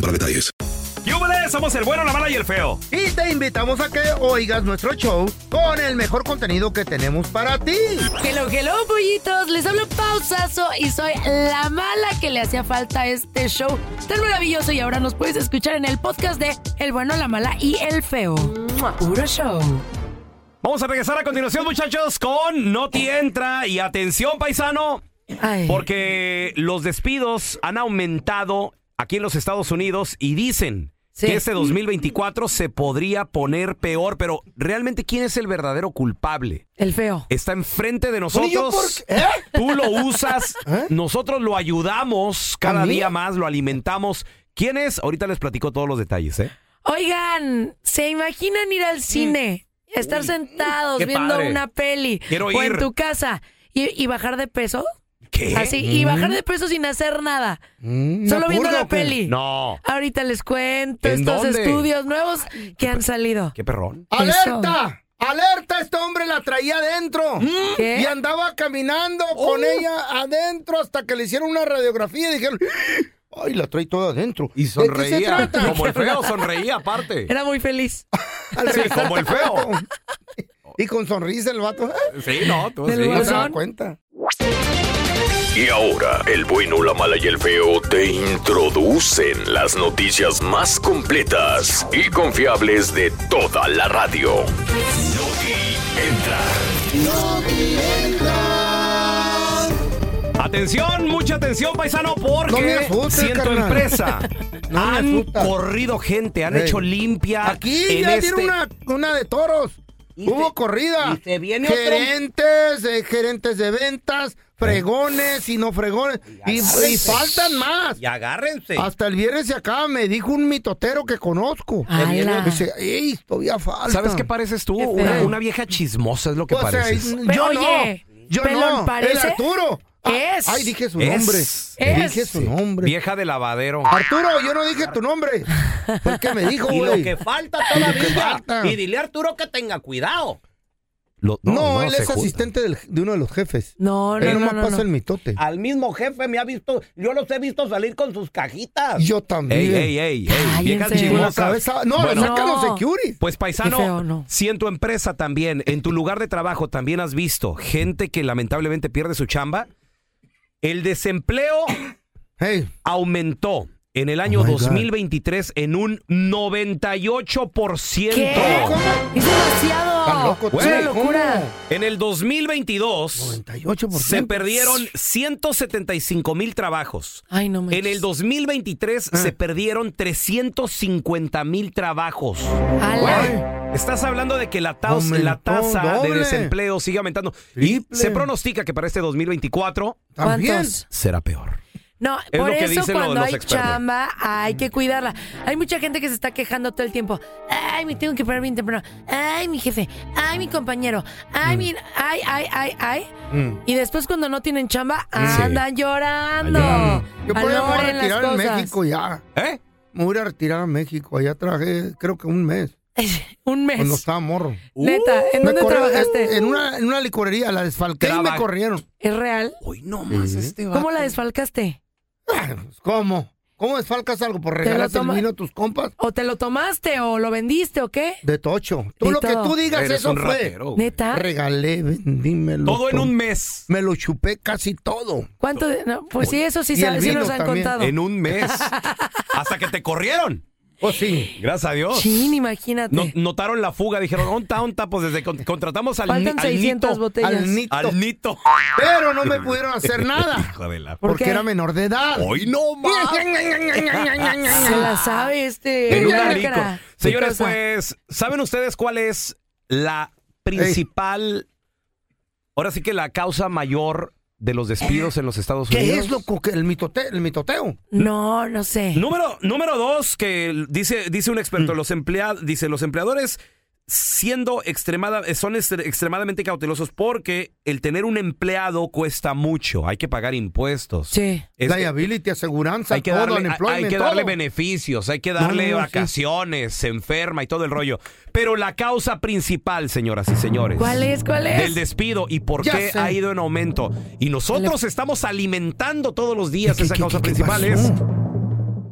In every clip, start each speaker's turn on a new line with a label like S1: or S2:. S1: para detalles.
S2: ¡Yúbele! Somos el bueno, la mala y el feo.
S3: Y te invitamos a que oigas nuestro show con el mejor contenido que tenemos para ti.
S4: Hello, hello, ¡Oh, pollitos. Les hablo pausazo y soy la mala que le hacía falta a este show tan maravilloso. Y ahora nos puedes escuchar en el podcast de El bueno, la mala y el feo. ¡Mua! Puro show.
S2: Vamos a regresar a continuación, muchachos, con Noti Entra. Y atención, paisano,
S4: Ay.
S2: porque los despidos han aumentado aquí en los Estados Unidos y dicen
S4: Sí.
S2: que este 2024 se podría poner peor. Pero realmente, ¿quién es el verdadero culpable?
S4: El feo.
S2: Está enfrente de
S3: Oye, ¿yo
S2: nosotros.
S3: por qué? ¿Eh?
S2: Tú lo usas,
S3: ¿Eh?
S2: nosotros lo ayudamos cada
S3: ¿A mí?
S2: día más, lo alimentamos. ¿Quién es? Ahorita les platico todos los detalles, ¿eh?
S4: Oigan, ¿se imaginan ir al cine? Estar sentados
S2: qué
S4: viendo
S2: padre.
S4: una peli.
S2: Quiero
S4: O en
S2: ir.
S4: tu casa. ¿Y, y bajar de peso?
S2: ¿Qué? Mm.
S4: Así, y bajar de peso sin hacer nada. Solo viendo
S3: purga
S4: la
S3: o qué?
S4: peli.
S2: No.
S4: Ahorita les cuento
S2: ¿En
S4: estos
S2: dónde?
S4: estudios nuevos que han salido.
S2: ¿Qué perrón?
S3: ¡Alerta! ¡Alerta! Este hombre la traía adentro.
S4: ¿Mm? ¿Qué? Uh.
S3: Y andaba caminando con ella adentro hasta que le hicieron una radiografía y dijeron, ¡ay, la trae toda adentro!
S5: Y
S3: ¿De qué se
S5: sonreía.
S3: trata?
S2: Como el feo sonreía aparte.
S4: Era muy feliz.
S3: Al
S2: Sí,
S3: regresar
S2: como el feo.
S3: Y con sonrisa el vato. ¡eh!
S2: Sí, no, tú
S4: Del
S2: sí.
S3: No se da
S4: Corazón.
S3: cuenta.
S6: Y ahora, el bueno, la mala y el feo te introducen las noticias más completas y confiables de toda la radio.
S2: Atención, mucha atención, paisano, porque
S3: No me asustes,
S2: si en tu
S3: carnal.
S2: empresa
S3: No me
S2: han
S3: asustas.
S2: corrido gente, han
S3: Ey.
S2: hecho limpia.
S3: Aquí
S2: en
S3: ya
S2: este-
S3: tiene una, una de toros.
S5: Y
S3: Hubo
S5: se-
S3: corrida.
S5: y se viene otro.
S3: gerentes, eh, gerentes de ventas, fregones y no fregones. Y,
S2: Ah,
S3: y faltan más.
S5: Y agárrense.
S3: Hasta el viernes se acaba, me dijo un mitotero que conozco.
S4: ¡Hala!
S3: Dice, ey, todavía falta.
S2: ¿Sabes qué pareces tú?
S4: Qué
S2: Una,
S4: feo.
S2: una vieja chismosa es lo que
S3: O sea,
S2: pareces.
S3: n-
S4: Pero
S3: yo
S4: oye,
S3: no. Yo
S4: pelón
S3: no.
S4: parece.
S3: El Arturo. Ah,
S4: Es.
S3: Ay, dije su
S2: Es.
S3: nombre.
S2: Es.
S3: Dije su nombre.
S2: Vieja de lavadero.
S3: Arturo, yo no dije tu nombre. ¿Por qué me dijo,
S5: Y lo
S3: güey?
S5: que falta
S3: Y lo que
S5: todavía.
S3: falta.
S5: Y dile a Arturo que tenga cuidado.
S2: Lo-
S3: No, él
S2: se
S3: es
S2: junta.
S3: asistente del- de uno de los jefes.
S4: No, no,
S3: él
S4: no,
S3: nomás
S4: no,
S3: pasa
S4: no. Ah,
S3: el mitote.
S5: Al mismo jefe me ha visto, yo los he visto salir con sus cajitas.
S3: Yo también.
S2: Ey, ey, ey, ey, viejas
S4: Cállense.
S3: Con la
S2: chismosas.
S3: cabeza. No,
S2: Bueno.
S3: lo sacan los
S4: No.
S3: security.
S2: Pues paisano,
S4: Qué feo, ¿no?
S2: si en tu empresa también, en tu lugar de trabajo también has visto gente que lamentablemente pierde su chamba, el desempleo
S3: Hey,
S2: aumentó en el año
S3: Oh my God.
S2: 2023 en un 98%.
S4: ¿Qué? Es
S3: tan
S4: demasiado.
S3: loco.
S4: es una
S2: Güey,
S4: locura.
S2: ¿eh? En el 2022
S3: 98%.
S2: se perdieron 175 mil trabajos.
S4: Ay, no me.
S2: En el 2023
S3: Ah.
S2: se perdieron 350 mil trabajos.
S4: ¡Hala!
S2: Estás hablando de que la, taus-
S3: Aumentó
S2: la tasa de
S3: doble.
S2: desempleo sigue aumentando. Y
S3: Triple.
S2: se pronostica que para este 2024
S3: También.
S4: ¿Cuántos?
S2: será peor.
S4: No,
S2: Es
S4: por
S2: lo que
S4: eso
S2: dicen lo-
S4: cuando
S2: los
S4: hay
S2: expertos.
S4: chamba hay que cuidarla. Hay mucha gente que se está quejando todo el tiempo. Ay, me tengo que parar bien temprano. Ay, mi jefe. Ay, mi compañero.
S2: Mm.
S4: Ay, mi... Ay, ay, ay, ay. Y después cuando no tienen chamba, andan llorando.
S3: Yo por ahí me voy a
S4: Valoren las
S3: retirar en
S4: cosas.
S3: México ya.
S2: ¿Eh?
S3: me voy a ir a retirar a México. Allá trabajé, creo que un mes.
S4: Un mes.
S3: Cuando estaba morro.
S4: Neta, ¿en
S2: Uh,
S3: Me
S4: dónde
S3: corrieron-
S4: trabajaste?
S3: En, en una, en una licorería, la desfalqué y me
S2: Traba-
S3: corrieron.
S4: ¿Es real?
S2: Hoy no más este
S4: ¿Cómo la desfalcaste?
S3: Ah, pues, ¿Cómo? ¿Cómo desfalcas algo? ¿Por
S4: lo
S3: regalas el
S4: toma-
S3: vino a tus compas?
S4: ¿O te lo tomaste o lo vendiste o qué?
S3: De tocho. Tú
S4: De
S3: lo que
S4: todo.
S3: tú digas,
S2: Eres
S3: eso
S2: un
S3: fue.
S2: ratero. güey.
S4: ¿Neta?
S3: Regalé, vendí, me lo
S2: Todo en
S3: tomé.
S2: un mes.
S3: Me lo chupé casi todo.
S4: ¿Cuánto? de- no, pues sí, eso sí,
S3: Y el
S4: sa- sí
S3: vino
S4: nos han
S3: también.
S4: contado.
S2: En un mes. Hasta que te corrieron.
S3: Oh, sí.
S2: Gracias a Dios.
S4: Chin, imagínate.
S2: No- notaron la fuga, dijeron, onta, onta, pues desde que contratamos al, ni-
S4: Faltan
S2: al
S4: 600
S2: Nito.
S4: botellas.
S3: Al nito.
S2: Al Nito.
S3: Pero no me pudieron hacer nada.
S2: Hijo de la-
S4: ¿Por
S3: Porque
S4: qué?
S3: era menor de edad.
S2: Hoy no más.
S4: Se la sabe este.
S2: En una
S4: lacra.
S2: licor.
S4: ¿Qué
S2: Señores,
S4: cosa?
S2: pues, ¿saben ustedes cuál es la principal, ahora sí que la causa mayor de los despidos en los Estados Unidos?
S3: ¿Qué es loco? que el, mitote- el mitoteo?
S4: No, no sé.
S2: Número, número dos, que dice, dice un experto,
S3: Mm.
S2: los empleados, dice, los empleadores siendo extremada, eh, son extre- extremadamente cautelosos porque el tener un empleado cuesta mucho, hay que pagar impuestos.
S4: Sí.
S2: Es-
S3: Liability, aseguranza,
S2: hay que
S3: todo,
S2: darle, hay-
S3: unemployment,
S2: hay que darle
S3: todo.
S2: beneficios, hay que darle
S3: No, no, sí.
S2: vacaciones, se enferma y todo el rollo. Pero la causa principal, señoras y señores,
S4: ¿Cuál es? ¿Cuál es?
S2: del despido y por
S3: Ya
S2: qué
S3: sé.
S2: ha ido en aumento. Y nosotros estamos alimentando todos los días esa
S3: ¿Qué-
S2: causa
S3: qué- qué
S2: principal
S3: pasó?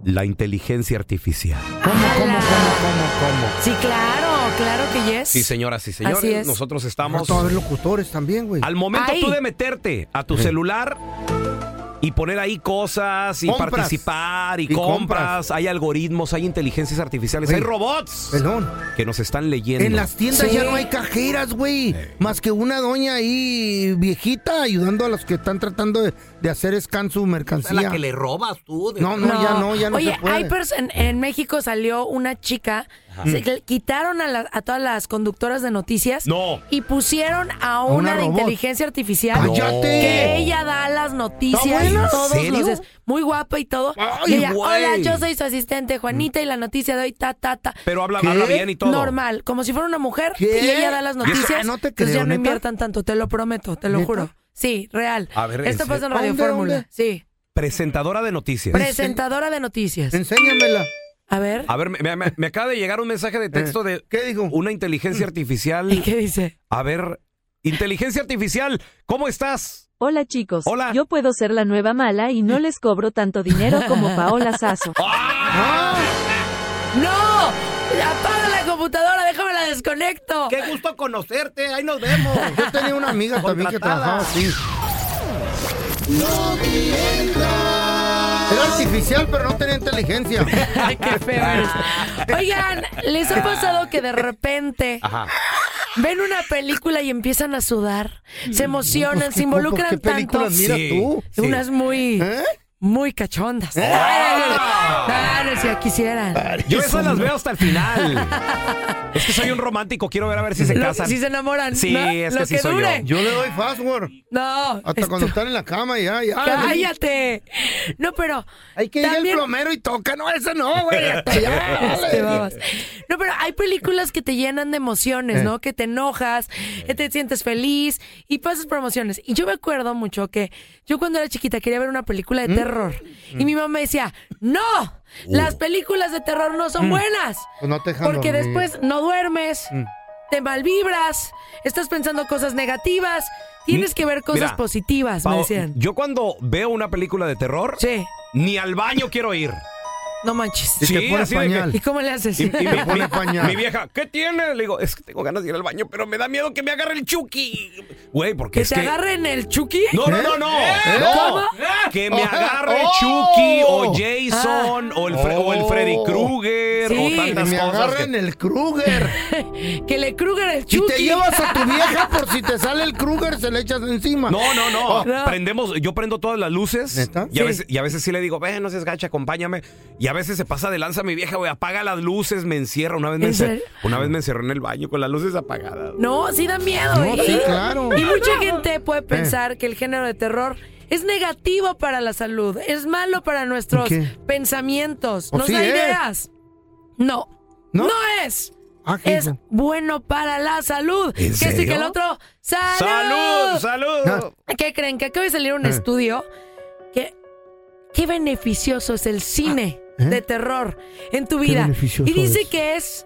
S2: es la inteligencia artificial.
S3: ¿Cómo, cómo,
S4: ¡Hala!
S3: cómo, cómo,
S4: Sí, claro, claro que yes.
S2: Sí, señoras y señores,
S4: Así es.
S2: nosotros
S3: cómo?
S2: estamos
S3: Vamos a haber locutores también, güey.
S2: al momento
S4: Ahí.
S2: tú de meterte a tu celular y poner ahí cosas y
S3: Compras.
S2: participar y,
S3: Y compras.
S2: compras. hay algoritmos, hay inteligencias artificiales,
S3: Oye,
S2: hay robots
S3: Perdón.
S2: que nos están leyendo.
S3: En las tiendas
S4: Sí.
S3: ya no hay cajeras, güey.
S7: Eh.
S3: Más que una doña ahí viejita ayudando a los que están tratando de, de hacer scan su mercancía.
S7: la que le robas tú. de-
S3: No, no, ya no, ya no
S4: Oye,
S3: se puede.
S4: hay pers- en, en México salió una chica, se le quitaron a, la- a todas las conductoras de noticias
S2: No.
S4: y pusieron a
S3: una
S4: una, de
S3: robot.
S4: inteligencia artificial
S3: ¡Cállate!
S4: que ella da las
S3: ¿Está
S4: noticias
S3: buena?
S4: todos
S2: ¿En serio?
S4: los días. Muy guapa y todo.
S3: ¡Ay,
S4: Y ella,
S2: güey!
S4: hola, yo soy su asistente Juanita y la noticia de hoy ta ta ta.
S2: Pero habla,
S3: ¿Qué?
S2: habla bien y todo.
S4: Normal, como si fuera una mujer
S3: ¿Qué?
S4: y ella da las
S3: ¿Y eso?
S4: noticias.
S3: Ah, no te
S4: entonces
S3: creo,
S4: ya no
S3: ¿neta?
S4: inviertan tanto, te lo prometo, te lo
S3: ¿Neta?
S4: juro. Sí, real.
S2: A ver,
S4: Esto
S2: en
S4: pasa en
S3: serio.
S4: Radio
S3: ¿Dónde,
S4: Fórmula.
S3: dónde?
S4: Sí.
S2: Presentadora de noticias.
S3: Pre-
S4: Presentadora de noticias.
S3: Enséñamela.
S4: A ver.
S2: a ver, me, me- me acaba de llegar un mensaje de texto de
S3: Eh, ¿Qué dijo?
S2: una inteligencia
S4: ¿Y
S2: artificial.
S4: qué dice?
S2: A ver, inteligencia artificial, ¿cómo estás?
S8: Hola chicos,
S2: Hola.
S8: yo puedo ser la nueva mala y no les cobro tanto dinero como Paola Sazo.
S4: ¡No! ¡Apaga la computadora! ¡Déjame la desconecto!
S7: Qué gusto conocerte. Ahí nos vemos.
S3: Yo tenía una amiga también que
S7: Contratada.
S3: trabajaba así. Era artificial, pero no tenía inteligencia.
S4: Ay, qué feo eres. Oigan, ¿les ha pasado que de repente ven una película y empiezan a sudar? Se emocionan,
S3: Pues,
S4: se
S3: ¿qué-
S4: involucran
S3: ¿Qué
S4: tanto.
S3: películas mira
S2: Sí.
S3: tú?
S2: Sí.
S4: Unas muy,
S3: ¿Eh?
S4: muy cachondas. Ah, no, si ya quisieran.
S2: Yo esas las veo hasta el final. es que soy un romántico, quiero ver a ver si se
S4: Lo-
S2: casan.
S4: si se enamoran.
S2: Sí,
S4: ¿no?
S2: es que
S4: Lo
S2: sí soy
S4: dure.
S2: yo.
S3: Yo le doy password.
S4: No.
S3: Hasta
S4: esto-
S3: cuando están en la cama y ya, ya.
S4: ¡Cállate! No, pero.
S3: Hay que ir al
S4: también-
S3: plomero y toca. No, esa no, güey. Hasta allá.
S4: Este, babas. No, pero hay películas que te llenan de
S3: Eh.
S4: emociones, ¿no? Que te enojas, que te sientes feliz y pasas por emociones. Y yo me acuerdo mucho que yo cuando era chiquita quería ver una película
S3: ¿Mm?
S4: de terror y mi mamá me decía, no,
S3: Uh.
S4: las películas de terror no
S2: Mm.
S4: son buenas
S3: Pues no te dejan
S4: porque
S3: dormir.
S4: después no duermes,
S3: Mm.
S4: te malvibras, estás pensando cosas negativas, tienes que ver cosas
S2: Mira,
S4: positivas, me
S2: Pao,
S4: decían.
S2: yo cuando veo una película de terror,
S4: Sí,
S2: ni al baño quiero ir.
S4: no manches.
S3: Y te pones
S2: así de que-
S3: pañal.
S4: ¿Y cómo le haces?
S2: Y, y mi,
S3: pone
S2: mi-
S3: pañal.
S2: mi vieja, ¿qué tiene? Le digo, es que tengo ganas de ir al baño, pero me da miedo que me agarre el chuki. Güey, porque
S4: ¿Que
S2: es
S4: te
S2: que...
S4: agarren el chucky?
S2: No, no, no, no. no.
S4: ¿Eh? ¿Cómo? Ah,
S2: Que me agarre
S3: Oh.
S2: Chucky o Jason o, el Fre- o el Freddy Krueger
S4: Oh. Sí.
S2: o tantas
S3: Me
S2: cosas. que-
S3: agarran el Kruger.
S4: Que le Kruger el
S3: Si
S4: Chucky.
S3: te llevas a tu vieja por si te sale el Kruger, se le echas encima. Oh.
S2: No, no, no.
S4: No.
S2: Prendemos, yo prendo todas las luces.
S3: ¿Neta?
S2: Y a,
S4: Sí.
S2: veces, y a veces sí le digo, ven, no seas gacha, acompáñame. Y a veces se pasa de lanza mi vieja, güey, apaga las luces, me encierra. Una vez me,
S4: ¿En
S2: encer-
S4: serio?
S2: una vez me encerró en el baño con las luces apagadas.
S4: No, sí da miedo.
S3: No,
S4: y,
S3: sí, claro. Eh.
S4: Y mucha gente puede pensar que el género de terror es negativo para la salud, es malo para nuestros
S3: ¿Qué?
S4: pensamientos,
S3: Pues
S4: nos
S3: sí
S4: da
S3: es.
S4: ideas. No,
S3: ¿No?
S4: no, es.
S3: Ah, ¿qué
S4: Es
S3: hizo?
S4: bueno para la salud.
S2: ¿En
S4: que sí que el
S2: serio?
S4: otro. ¡Salud!
S2: ¡Salud! ¡Salud!
S3: Ah.
S4: ¿Qué
S3: Eh.
S4: creen? Que acaba de salir un estudio que qué beneficioso es el cine
S3: ¿Eh?
S4: de terror en tu vida.
S3: beneficioso
S4: Y dice
S3: es.
S4: que es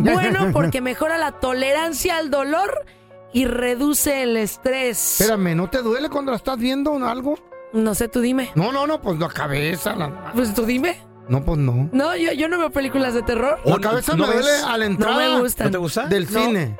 S4: bueno porque mejora la tolerancia al dolor y reduce el estrés.
S3: Espérame, ¿no te duele cuando la estás viendo o algo?
S4: No sé, tú dime.
S3: No, no, no, pues la cabeza. la-
S4: Pues tú dime.
S3: No, pues no.
S4: No, yo, yo no veo películas de terror.
S3: La cabeza
S2: ¿no
S3: me duele
S2: ves?
S3: a la
S4: No
S3: entrada
S4: me gustan.
S2: ¿No te gusta?
S3: del
S4: No.
S3: cine.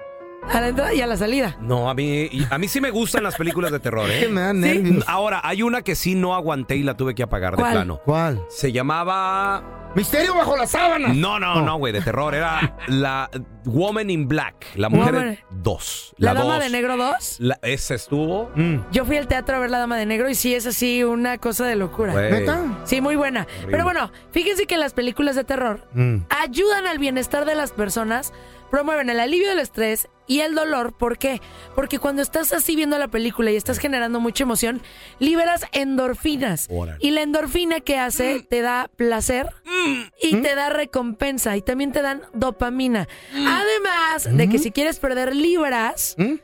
S4: A la entrada y a la salida.
S2: No, a mí, y- a mí sí me gustan las películas de terror,
S3: Que
S2: ¿eh?
S3: me dan nervios.
S2: Ahora, hay una que sí no aguanté y la tuve que apagar de
S4: ¿Cuál?
S2: plano.
S3: ¿Cuál?
S2: Se llamaba...
S3: Misterio bajo la sábana.
S2: No, no, no, güey, de terror. Era la Woman in Black, la mujer
S4: Woman-
S2: 2.
S4: La,
S2: La,
S4: Dama
S2: dos.
S4: de Negro 2.
S2: La- esa estuvo.
S4: Yo fui al teatro a ver La Dama de Negro y sí es así una cosa de locura.
S2: Güey.
S3: ¿Neta?
S4: Sí, muy buena. Pero bueno, fíjense que las películas de terror
S3: Mm.
S4: ayudan al bienestar de las personas, promueven el alivio del estrés y el dolor. ¿Por qué? Porque cuando estás así viendo la película y estás generando mucha emoción, liberas endorfinas.
S2: Órale.
S4: Y la endorfina que hace te da placer y
S3: Mm.
S4: te da recompensa y también te dan dopamina. Además de que si quieres perder libras...
S3: ¿Mm?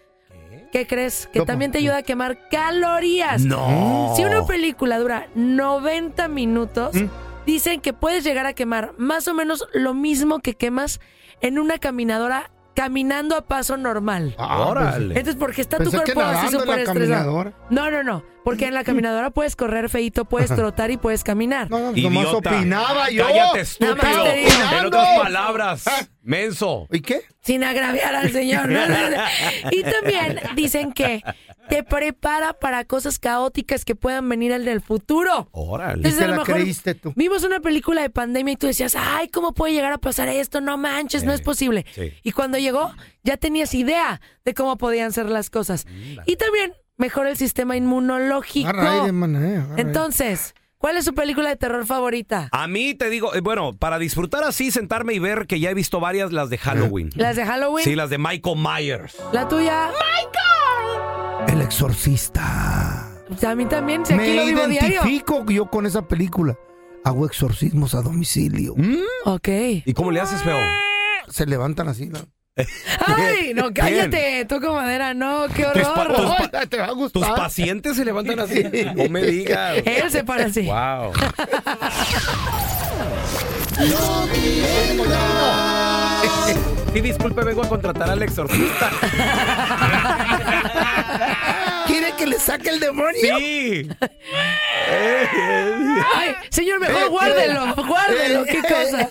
S4: ¿Qué crees? Que
S3: Dopa-
S4: también te ayuda a quemar calorías.
S2: No.
S4: Si una película dura 90 minutos,
S3: Mm.
S4: dicen que puedes llegar a quemar más o menos lo mismo que quemas en una caminadora caminando a paso normal.
S3: Ah, pues,
S2: Órale.
S4: Entonces, porque está tu
S3: Pensé que
S4: cuerpo así
S3: nadando en
S4: súper
S3: la
S4: estresado.
S3: caminadora.
S4: No, no, no. Porque en la caminadora puedes correr feito, puedes trotar y puedes caminar.
S3: No, no, nomás
S2: Idiota.
S3: opinaba yo.
S2: Cállate,
S4: Nada más
S2: estúpido.
S4: te digo.
S2: En otras palabras, menso.
S3: ¿Y qué?
S4: Sin agraviar al señor. ¿no? Y también dicen que te prepara para cosas caóticas que puedan venir en el futuro.
S2: Órale.
S4: Entonces,
S3: te
S4: a lo
S3: la
S4: mejor
S3: creíste tú.
S4: Vimos una película de pandemia y tú decías, ay, ¿cómo puede llegar a pasar esto? No manches, no es posible.
S2: sí.
S4: Y cuando llegó, ya tenías idea de cómo podían ser las cosas. Y también mejora el sistema inmunológico.
S3: Agarra aire, man, eh, agarra aire.
S4: Entonces, ¿cuál es su película de terror favorita?
S2: A mí te digo, eh, bueno, para disfrutar así, sentarme y ver que ya he visto varias, las de Halloween.
S4: ¿Las de Halloween?
S2: Sí, las de Michael Myers.
S4: ¿La tuya?
S3: El exorcista.
S4: Pues a mí también, si aquí
S3: Me
S4: lo vivo diario.
S3: identifico yo con esa película. Hago exorcismos a domicilio.
S4: Ok.
S2: Mm. ¿Y cómo le haces, feo?
S3: Se levantan así. ¿no?
S4: ¡Ay! No, cállate, toco madera, no, qué
S2: Tus pa- tus
S4: horror.
S2: pa-
S3: Ay, te va a
S2: Tus
S3: gustar.
S2: pacientes se levantan así. No me digas.
S4: Él se para así.
S2: Wow. Sí, disculpe, vengo a contratar al exorcista.
S3: ¿Quiere que le saque el demonio?
S2: Sí.
S4: Ay, señor,
S3: Eh,
S4: mejor guárdelo, guárdelo, qué cosa.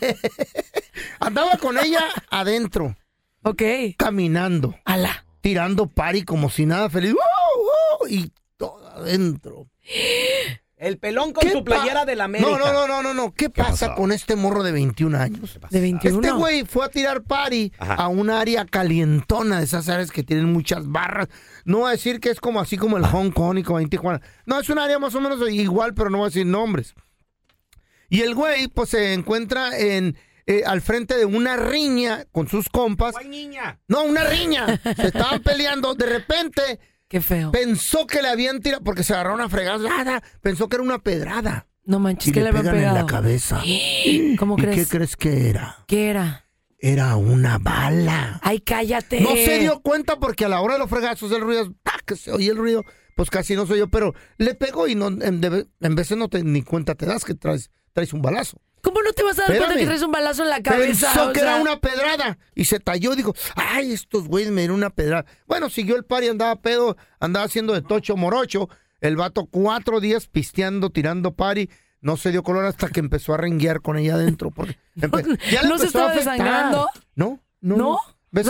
S3: Andaba con ella adentro,
S4: Ok.
S3: caminando,
S4: Ala.
S3: tirando pari como si nada feliz. ¡Wow, wow! Y todo adentro.
S2: El pelón con
S3: ¿Qué pa- No, no, no, no, no, no. ¿Qué, pasa con este morro de 21 años?
S4: De 21.
S3: Este güey fue a tirar party a un área calientona de esas áreas que tienen muchas barras. No voy a decir que es como así como el Hong Kong y como en Tijuana. No, es un área más o menos igual, pero no voy a decir nombres. Y el güey, pues, se encuentra en eh, al frente de una riña con sus compas.
S2: niña.
S3: No, una riña. Se estaban peleando. De repente
S4: Qué feo.
S3: pensó que le habían tirado, porque se agarró una fregada. Ah, Pensó que era una pedrada.
S4: No manches,
S3: Y
S4: que
S3: le,
S4: le habían
S3: pegan en
S4: pegado.
S3: la cabeza.
S4: ¿Cómo
S3: ¿Y qué
S4: crees? ¿Qué,
S3: crees que era?
S4: era?
S3: Era una bala.
S4: Ay, cállate.
S3: No se dio cuenta porque a la hora de los fregazos el ruido, ¡tac! que se oye el ruido, pues casi no soy yo, pero le pegó y no, en, de- en veces no te ni cuenta te das que traes, traes un balazo.
S4: ¿Cómo no te vas a dar cuenta
S3: Espérame.
S4: que traes un balazo en la cabeza?
S3: Pensó
S4: O
S3: que
S4: sea,
S3: era una pedrada y se talló, dijo, ay, estos güeyes me dieron una pedrada. Bueno, siguió el par y andaba pedo, andaba haciendo de tocho morocho. El vato cuatro días pisteando, tirando pari, no se dio color hasta que empezó a renguear con ella adentro. Porque empe- ya le
S4: no se
S3: empezó a
S4: estaba
S3: afectar.
S4: desangrando.
S3: No, no.
S4: ¿No?
S3: no. veces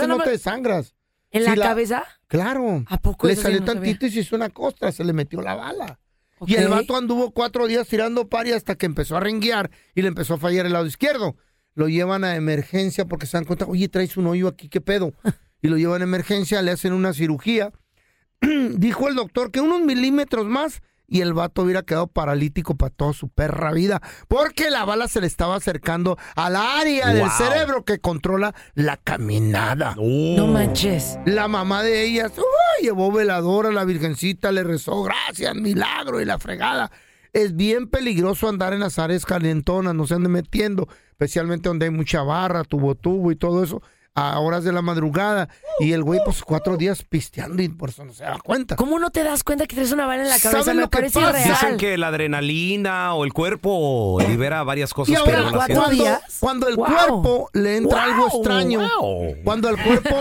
S4: O sea,
S3: no,
S4: no
S3: te
S4: me-
S3: desangras.
S4: ¿En
S3: Sí,
S4: la,
S3: la-
S4: cabeza?
S3: Claro.
S4: ¿A poco
S3: Le
S4: eso sí
S3: salió
S4: no sabía?
S3: tantito y se hizo una costra, se le metió la bala.
S4: Ok.
S3: Y el vato anduvo cuatro días tirando pari hasta que empezó a renguear y le empezó a fallar el lado izquierdo. Lo llevan a emergencia porque se dan cuenta, oye, traes un hoyo aquí, ¿qué pedo? Y lo llevan a emergencia, le hacen una cirugía. Dijo el doctor que unos milímetros más y el vato hubiera quedado paralítico para toda su perra vida porque la bala se le estaba acercando al área del
S2: Wow.
S3: cerebro que controla la caminada.
S4: No manches.
S3: La mamá de ellas ¡ay! llevó veladora, la virgencita le rezó, gracias, milagro y la fregada. Es bien peligroso andar en las áreas calentonas, no se anden metiendo, especialmente donde hay mucha barra, tubo, tubo y todo eso. a horas de la madrugada. Y el güey, pues cuatro días pisteando y por eso no se da cuenta.
S4: ¿Cómo no te das cuenta que traes una bala en la cabeza?
S3: ¿Saben
S4: Me
S3: lo que
S4: parece
S3: pasa?
S2: Dicen
S4: irreal.
S2: que la adrenalina o el cuerpo libera varias cosas.
S3: Y ahora,
S2: pero no las
S4: cuatro
S3: cuando,
S2: sientes.
S4: días.
S3: cuando el
S4: Wow.
S3: cuerpo le entra algo
S4: Wow,
S3: extraño,
S2: wow.
S3: cuando el cuerpo...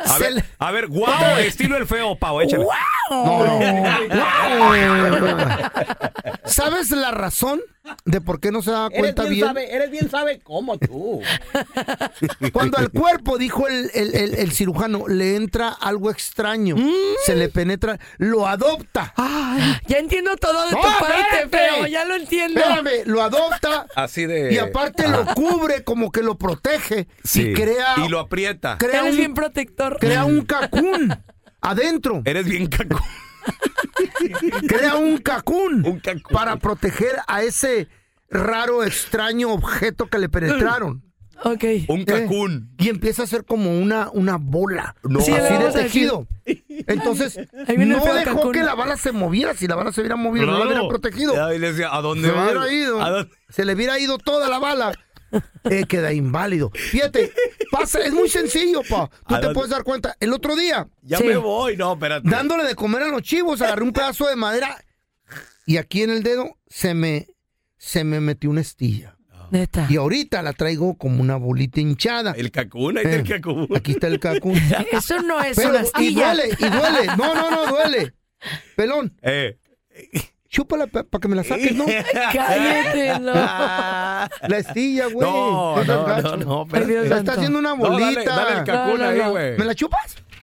S2: A
S3: se
S2: ver,
S3: le-
S2: a ver, guau, estilo el feo, Pau, échale.
S3: No, no. Guau. ¿Sabes la razón de por qué no se da cuenta bien?
S9: eres bien sabe cómo tú.
S3: Cuando al cuerpo, dijo el, el- el- el cirujano, le entra algo extraño, se le penetra, lo adopta.
S4: Mm. Ya entiendo todo de
S3: No,
S4: tu parte,
S3: espérate.
S4: pero ya lo entiendo.
S3: Espérame, lo adopta
S2: Así de.
S3: y aparte lo cubre, como que lo protege
S2: Sí,
S3: y crea,
S2: Y lo aprieta.
S3: crea
S4: Eres
S3: un,
S4: bien protector.
S3: crea un cacún adentro.
S2: Eres bien caco.
S3: crea un cacún,
S2: Un cacún.
S3: para proteger a ese raro, extraño objeto que le penetraron.
S4: Ok.
S2: Un cacún.
S3: Y empieza a ser como una, una bola.
S4: Sí,
S3: así
S4: la
S3: de
S4: vamos a
S3: tejido. Entonces,
S4: Ahí viene el
S3: no
S4: feo
S3: dejó
S4: Cancún.
S3: que la bala se moviera. Si la bala se hubiera movido, no la hubiera protegido.
S2: Ya, y le decía, ¿a
S3: Se,
S2: dónde va?
S3: hubiera ido,
S2: ¿A dónde?
S3: se le hubiera ido toda la bala. Eh, queda inválido. Fíjate, pasa, es muy sencillo, pa. Tú
S2: ¿A
S3: te
S2: dónde?
S3: puedes dar cuenta. El otro día,
S2: Ya
S4: Sí.
S2: me voy, no, espérate.
S3: dándole de comer a los chivos, agarré un pedazo de madera y aquí en el dedo se me, se me metió una
S4: Ah.
S3: estilla.
S4: Neta.
S3: Y ahorita la traigo como una bolita hinchada. Eh,
S2: El cacún, ahí está el cacún.
S3: Aquí está el cacún.
S4: Eso no es
S3: Pero,
S4: una
S3: y
S4: astilla.
S3: duele, y duele. No, no, no, duele. Pelón,
S2: Eh.
S3: chúpala para que me la saques, ¿no?
S4: Cállate, no.
S3: La estilla, güey.
S2: No,
S3: seas
S2: no,
S3: gacho.
S2: no, no,
S4: Ay,
S2: espérate.
S4: Dios
S3: La
S4: santo.
S3: está haciendo una
S2: No,
S3: bolita.
S2: dale, dale el cacún
S4: No, no,
S2: ahí,
S4: no.
S2: güey.
S3: ¿Me la chupas?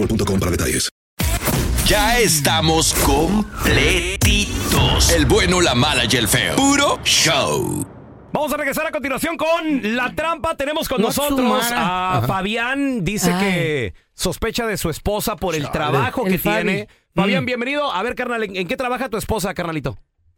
S1: para detalles.
S6: Ya estamos completitos. El bueno, la mala y el feo. Puro show.
S2: Vamos a regresar a continuación con La Trampa. Tenemos con
S3: What's
S2: nosotros
S3: the matter?
S2: a Fabián. Dice
S4: Ay.
S2: que sospecha de su esposa por el trabajo
S4: El
S2: que
S4: Fabi.
S2: tiene.
S3: Mm.
S2: Fabián, bienvenido. A ver, carnal, ¿en, en qué trabaja tu esposa, carnalito?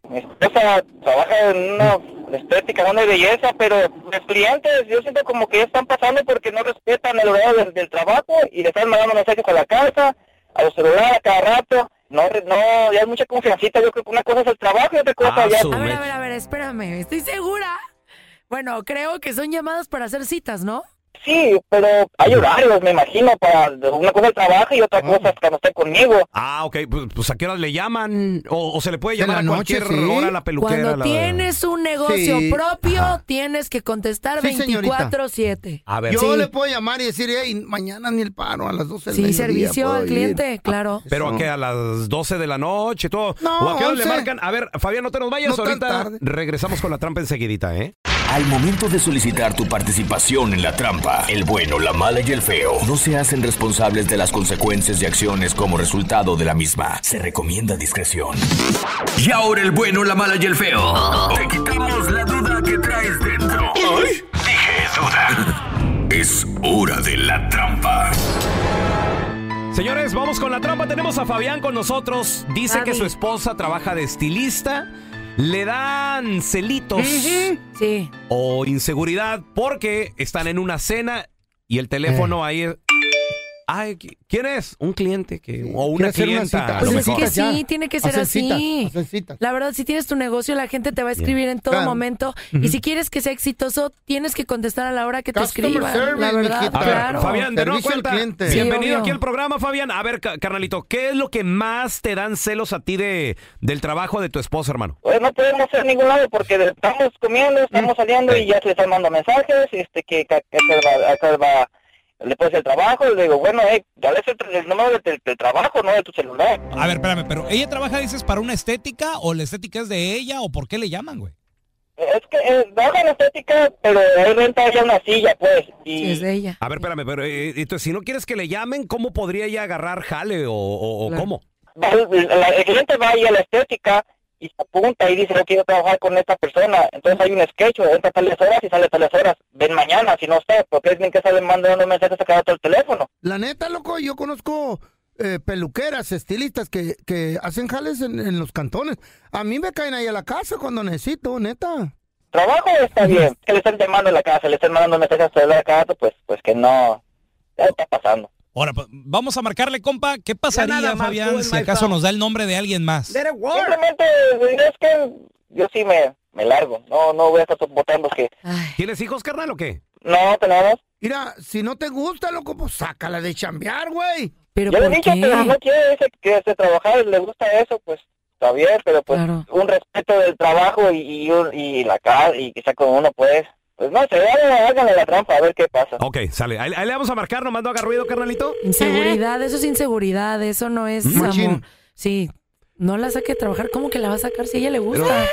S10: Mi esposa trabaja en una estética, una belleza, pero los clientes yo siento como que ya están pasando porque no respetan el horario del, del trabajo y le están mandando mensajes a la casa, a los celulares a cada rato. No, no, ya hay mucha confiancita. Yo creo que una cosa es el trabajo y otra cosa
S2: Ah,
S10: ya.
S2: su-
S4: A ver, a ver, a ver, espérame. Estoy segura. Bueno, creo que son llamadas para hacer citas, ¿no?
S10: Sí, pero hay horarios, me imagino, para una cosa el trabajo y otra cosa es cuando esté conmigo.
S2: Ah, ok. Pues, pues, ¿a qué horas le llaman? O, o se le puede
S3: En
S2: llamar a
S3: la noche,
S2: cualquier
S3: sí.
S2: hora a la peluquera.
S4: Cuando
S2: la-
S4: tienes un negocio
S3: Sí.
S4: propio, tienes que contestar
S3: Sí, señorita.
S4: 24-7.
S2: A ver,
S3: Yo
S2: sí.
S3: le puedo llamar y decir, hey, mañana ni el paro, a las 12 del
S4: Sí,
S3: mediodía
S4: servicio
S3: puedo
S4: al
S3: ir".
S4: cliente, claro.
S2: Pero a qué, a las 12 de la noche, todo.
S3: No,
S2: ¿O a qué hora le
S3: 11.
S2: marcan? A ver, Fabián, no te nos vayas.
S3: No tan
S2: Ahorita
S3: tarde.
S2: regresamos con la trampa enseguidita, ¿eh?
S6: Al momento de solicitar tu participación en la trampa, el bueno, la mala y el feo no se hacen responsables de las consecuencias y acciones como resultado de la misma. Se recomienda discreción. Y ahora el bueno, la mala y el feo. Te quitamos la duda que traes dentro. Dije duda. Es hora de la trampa.
S2: Señores, vamos con la trampa. Tenemos a Fabián con nosotros. Dice
S4: Fabi.
S2: que su esposa trabaja de estilista. Le dan celitos
S4: Sí.
S2: o inseguridad porque están en una cena
S11: y el
S3: Eh.
S11: teléfono ahí es... Ay, ¿qui- ¿quién es? Un cliente que, o
S3: Quiere
S11: una
S3: hacer una
S11: clienta.
S3: cita.
S11: a lo
S4: Pues es
S11: mejor.
S4: que sí, tiene que ser
S3: Ah, Hacen citas,
S4: así. La verdad, si tienes tu negocio, la gente te va a escribir en todo
S11: Claro.
S4: momento.
S11: Ujú.
S4: Y si quieres que sea exitoso, tienes que contestar a la hora que te
S3: Customer
S4: escriban.
S3: service,
S4: la verdad,
S3: mijita.
S11: A ver,
S4: claro.
S11: Fabián, de nuevo
S3: Servicio al
S11: cuenta.
S3: cliente.
S4: Sí,
S11: Bienvenido
S4: obvio.
S11: aquí al programa, Fabián. A ver, ca- carnalito, ¿qué es lo que más te dan celos a ti de, del trabajo de tu esposa, hermano?
S10: Pues no podemos ir a ningún lado porque de- estamos comiendo, estamos saliendo y ya se le están mandando mensajes, este, que ca- que se va- acá va después del trabajo, y le digo, bueno, eh, dale ese tr- el número del, del trabajo, no de tu celular.
S2: A ver, espérame, pero ¿ella trabaja, dices, para una estética o la estética es de ella o por qué le llaman, güey?
S10: Es que eh, trabaja en estética, pero él renta ya una silla, pues, y...
S4: es de ella.
S11: A ver, espérame, pero eh, entonces, si no quieres que le llamen, ¿cómo podría ella agarrar jale o, o- o cómo?
S10: va- la- el cliente va ahí a la estética y se apunta y dice, yo quiero trabajar con esta persona. Entonces hay un sketch, o entra a tales horas y sale a tales horas. Ven mañana, si no sé, porque es bien que salen mandando mensajes a cada todo el teléfono.
S3: La neta, loco, yo conozco eh, peluqueras, estilistas que, que hacen jales en, en los cantones. A mí me caen ahí a la casa cuando necesito, neta.
S10: Trabajo está bien, que le están llamando en la casa, le están mandando mensajes a la casa, pues, pues que no, ya está pasando.
S2: Ahora, pues, vamos a marcarle, compa, ¿qué pasaría,
S10: nada más, tú
S2: Fabián,
S10: en
S2: si
S10: my
S2: acaso
S10: phone.
S2: nos da el nombre de alguien más?
S10: Simplemente pues, es que yo sí me, me largo, no, no voy a estar soportando que...
S11: ¿Tienes hijos, carnal, o qué?
S10: No, tenemos.
S3: Mira, si no te gusta, loco, pues sácala de chambear, güey.
S10: yo le dije, pero no quiere, dice que se trabajar, le gusta eso, pues está bien, pero pues un respeto del trabajo y, y, un- y la casa, y quizá con uno, pues, pues no sé, háganle, háganle la trampa a ver qué pasa.
S11: Ok, sale. Ahí, ahí le vamos a marcar, nomás no haga ruido, carnalito.
S4: Inseguridad, eso es inseguridad, eso no es
S11: Machín.
S4: amor. Sí, no la saque a trabajar, ¿cómo que la va a sacar si a ella le gusta?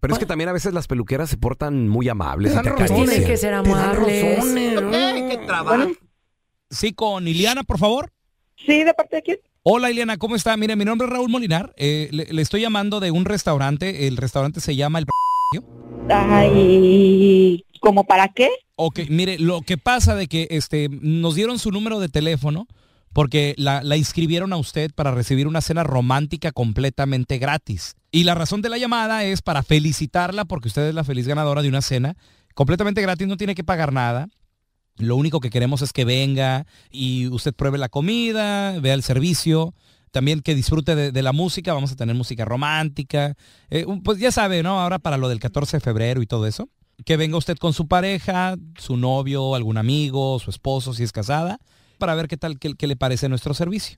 S11: Pero es que también a veces las peluqueras se portan muy amables. y te
S4: Pues
S11: acarician.
S4: tienen que ser amables.
S2: Sí, con Iliana, por favor.
S12: Sí, ¿de parte de quién?
S2: Hola, Iliana, ¿cómo está? Mire, mi nombre es Raúl Molinar. eh, le, le estoy llamando de un restaurante. El restaurante se llama El...
S12: Ay, ¿como para qué?
S2: Ok, mire, lo que pasa de que este, nos dieron su número de teléfono porque la, la inscribieron a usted para recibir una cena romántica completamente gratis. Y la razón de la llamada es para felicitarla porque usted es la feliz ganadora de una cena completamente gratis, no tiene que pagar nada. Lo único que queremos es que venga y usted pruebe la comida, vea el servicio, también que disfrute de, de la música, vamos a tener música romántica, Eh, un- pues ya sabe, ¿no? Ahora para lo del 14 de febrero y todo eso. Que venga usted con su pareja, su novio, algún amigo, su esposo, si es casada, para ver qué tal, qué, qué le parece nuestro servicio.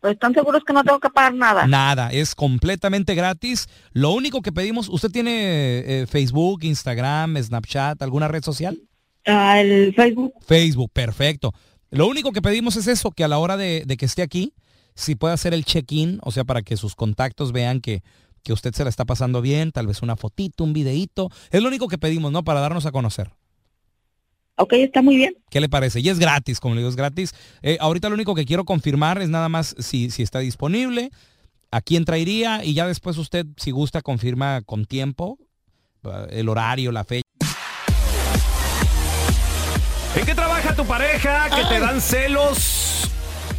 S12: Pues están seguros que no tengo que pagar nada.
S2: Nada, es completamente gratis. Lo único que pedimos, ¿usted tiene eh, Facebook, Instagram, Snapchat, alguna red social?
S12: Ah, el Facebook.
S2: Facebook, perfecto. Lo único que pedimos es eso, que a la hora de, de que esté aquí, si puede hacer el check-in, o sea, para que sus contactos vean que, que usted se la está pasando bien, tal vez una fotito, un videíto. Es lo único que pedimos, ¿no? Para darnos a conocer.
S12: Ok, está muy bien.
S2: ¿Qué le parece? Y es gratis, como le digo, es gratis. Eh, ahorita lo único que quiero confirmar es nada más si, si está disponible, a quién traería y ya después usted, si gusta, confirma con tiempo eh, el horario, la fecha.
S11: ¿En qué trabaja tu pareja que te dan celos?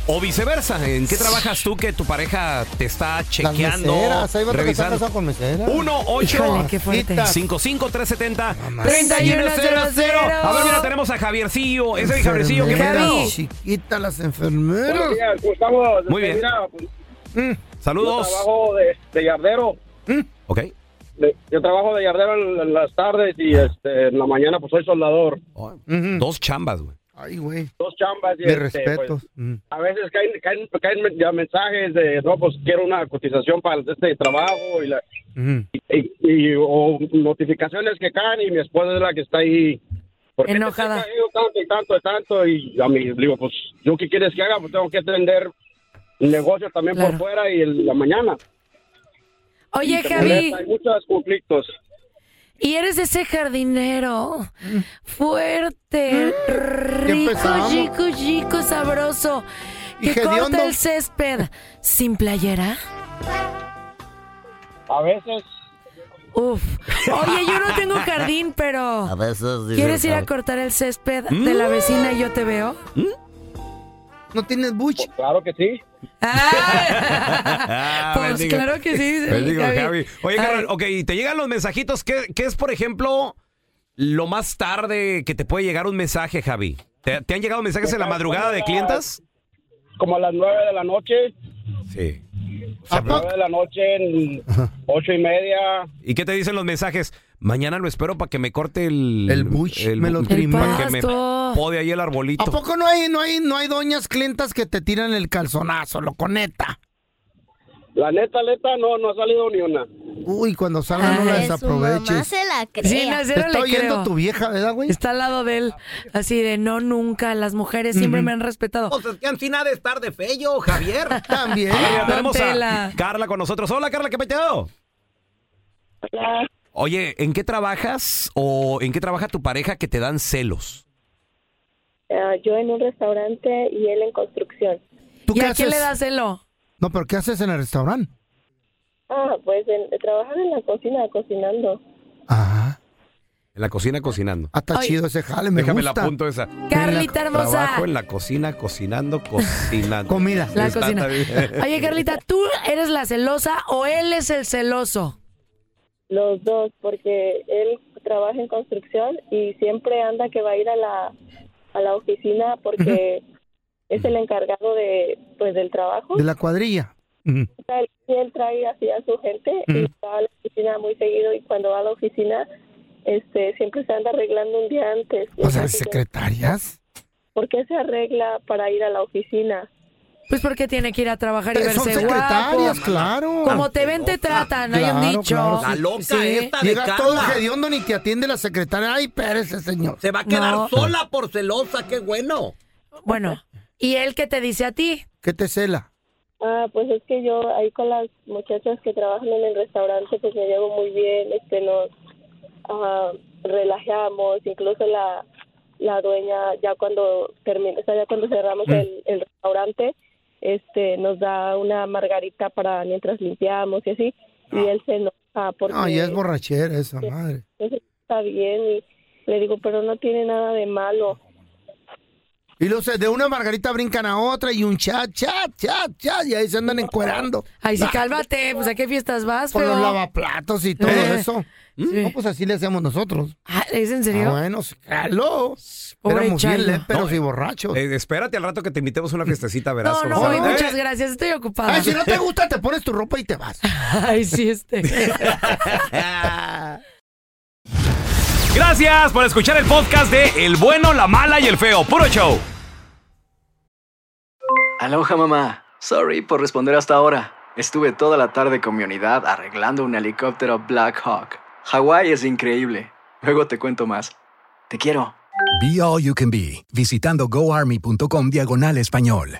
S11: O viceversa, ¿en qué trabajas tú que tu pareja te está chequeando?
S3: meseras, hay vato que está
S11: revisando?
S3: casado con meseras.
S11: 1 8
S3: Híjole, qué fuerte.
S11: 55 370
S3: 3100.
S11: A ver, mira, tenemos a Javiercillo. Ese es Javiercillo, ¿qué
S3: Enfermeras,
S11: pedo?
S3: Chiquita las
S5: Buenos
S3: enfermeras.
S5: días, ¿cómo estamos?
S3: Muy bien.
S5: Mira, pues,
S3: Mm.
S11: Saludos.
S5: Yo trabajo de, de yardero.
S11: Ok.
S5: De- yo trabajo de yardero en, en las tardes y este, en la mañana pues soy soldador.
S2: Oh,
S11: Dos chambas, güey.
S3: Ay, güey.
S5: Dos chambas. Y
S3: Mis
S5: este,
S3: respetos.
S5: pues,
S3: Mm.
S5: a veces caen, caen, caen men- ya mensajes de, no, pues quiero una cotización para este trabajo y, la-
S3: Mm.
S5: y- y- o notificaciones que caen y mi esposa es la que está ahí. ¿Por qué te
S4: Enojada.
S5: estoy cayendo tanto y tanto y tanto? Y a mí, digo, pues, ¿yo qué quieres que haga? Pues tengo que atender negocios también por fuera y en la mañana.
S4: Oye,
S5: Y te
S4: Javi,
S5: molesta, Hay muchos conflictos.
S4: y eres ese jardinero fuerte,
S3: Mm,
S4: rico,
S3: empezamos.
S4: chico, chico, sabroso,
S3: Y
S4: que corta
S3: hediondo.
S4: el césped sin playera.
S5: A veces.
S4: Uf. Oye, yo no tengo jardín,
S3: Ah,
S4: pero
S13: A veces dice
S4: ¿quieres
S13: el
S4: ir a
S13: jardín.
S4: cortar el césped de la vecina y yo te veo?
S3: Mm. ¿No tienes buche?
S5: claro que sí.
S2: Ah,
S4: pues,
S11: Bendigo.
S4: claro que sí, sí,
S11: Bendigo,
S4: Javi.
S11: Javi. Oye, carnal, ok, y te llegan los mensajitos. ¿Qué, qué es, por ejemplo, lo más tarde que te puede llegar un mensaje, Javi?
S2: ¿Te, te han llegado mensajes en la madrugada de clientas?
S5: Como a las nueve de la noche.
S2: Sí.
S5: A las nueve de la noche, en ocho y media.
S2: ¿Y qué te dicen los mensajes? Mañana lo espero para que me corte el... El bush,
S3: me lo trima.
S2: Para que me
S3: El pasto.
S2: pode ahí el arbolito.
S3: ¿A poco no hay, no hay, no hay doñas clientas que te tiran el calzonazo, loco, neta?
S5: La neta, neta, no, no ha salido ni una.
S3: Uy, cuando salga no la
S4: Ay, su mamá
S3: desaproveches.
S4: se la cree. Sí, no, cero
S3: Te está
S4: le creo.
S3: oyendo tu vieja, ¿verdad, güey?
S4: Está al lado de él, así de no, nunca, las mujeres siempre
S2: Ujú.
S4: me han respetado.
S2: Pues es que encina de estar de fello, Javier.
S3: También.
S2: Oye,
S4: Don
S2: tenemos a
S4: Tela.
S2: Carla con nosotros. Hola, Carla, ¿qué peteo? Oye, ¿en qué trabajas o en qué trabaja tu pareja que te dan celos?
S14: Ah, yo en un restaurante y él en construcción.
S3: ¿Tú ¿Y qué a quién haces? le da
S4: celo?
S3: No, pero ¿qué haces en el restaurante?
S14: Ah, pues en, trabajar en la cocina, cocinando.
S2: En la cocina cocinando.
S3: Ah, está chido ese jale, me
S2: Déjame
S3: gusta.
S2: la punto esa.
S4: Carlita hermosa.
S2: Trabajo en la cocina cocinando, cocinando.
S3: Comida.
S4: La
S2: Está- está
S4: cocina.
S2: bien.
S4: Oye, Carlita, ¿tú eres la celosa o él es el celoso?
S14: Los dos, porque él trabaja en construcción y siempre anda que va a ir a la, a la oficina porque es el encargado de pues del trabajo.
S3: De la cuadrilla. Mm.
S14: O sea, él, él trae así a su gente y va a la oficina muy seguido y cuando va a la oficina este siempre se anda arreglando un día antes.
S3: O sea, secretarias.
S14: ¿Por qué se arregla para ir a la oficina?
S4: Pues porque tiene que ir a trabajar y
S3: Eh, Son
S4: verse
S3: secretarias,
S4: guapo.
S3: claro.
S4: Como te ven, te tratan, hay un
S3: Claro,
S4: dicho.
S3: claro, sí.
S4: Sí.
S3: Llega todo hediondo ni te atiende la secretaria. Ay, espérese, señor.
S9: Se va a quedar sola por celosa, qué bueno.
S4: Bueno, ¿y él qué te dice a ti?
S3: ¿Qué te cela?
S14: Ah, pues es que yo ahí con las muchachas que trabajan en el restaurante, pues me llevo muy bien, este, nos ah, relajamos, incluso la, la dueña ya cuando termina, o sea, ya cuando cerramos
S15: Mm.
S14: el, el restaurante, este, nos da una margarita para mientras limpiamos y así, y él se enoja porque
S3: Ah. No, ya es borrachera esa madre.
S14: entonces, está bien y le digo, pero no tiene nada de malo.
S3: Y los de una margarita brincan a otra y un chat, chat, chat, chat. Y ahí se andan encuerando.
S4: Ay, sí,
S3: Ah,
S4: cálmate, pues a qué fiestas vas,
S3: Por los
S4: feo?
S3: lavaplatos y todo
S4: Eh.
S3: eso. No, pues así le hacemos nosotros.
S4: Ah, ¿Es en serio?
S3: Ah, bueno, sí, claro.
S4: Pobre
S3: Éramos bien
S4: Chayo.
S3: léperos
S2: No,
S3: y borrachos.
S2: eh, espérate al rato que te invitemos a una fiestecita, verás.
S4: No,
S2: cómo
S4: no,
S2: se-
S4: ay,
S2: ¿Eh?
S4: muchas gracias, estoy ocupada.
S3: Ay, si no te gusta, te pones tu ropa y te vas.
S4: Ay, sí, este.
S2: Gracias por escuchar el podcast de El bueno, la mala y el feo. Puro show.
S16: Aloha mamá. Sorry por responder hasta ahora. Estuve toda la tarde con mi unidad arreglando un helicóptero Black Hawk. Hawái es increíble. Luego te cuento más. Te quiero.
S17: Be All You Can Be, visitando goarmy.com diagonal español.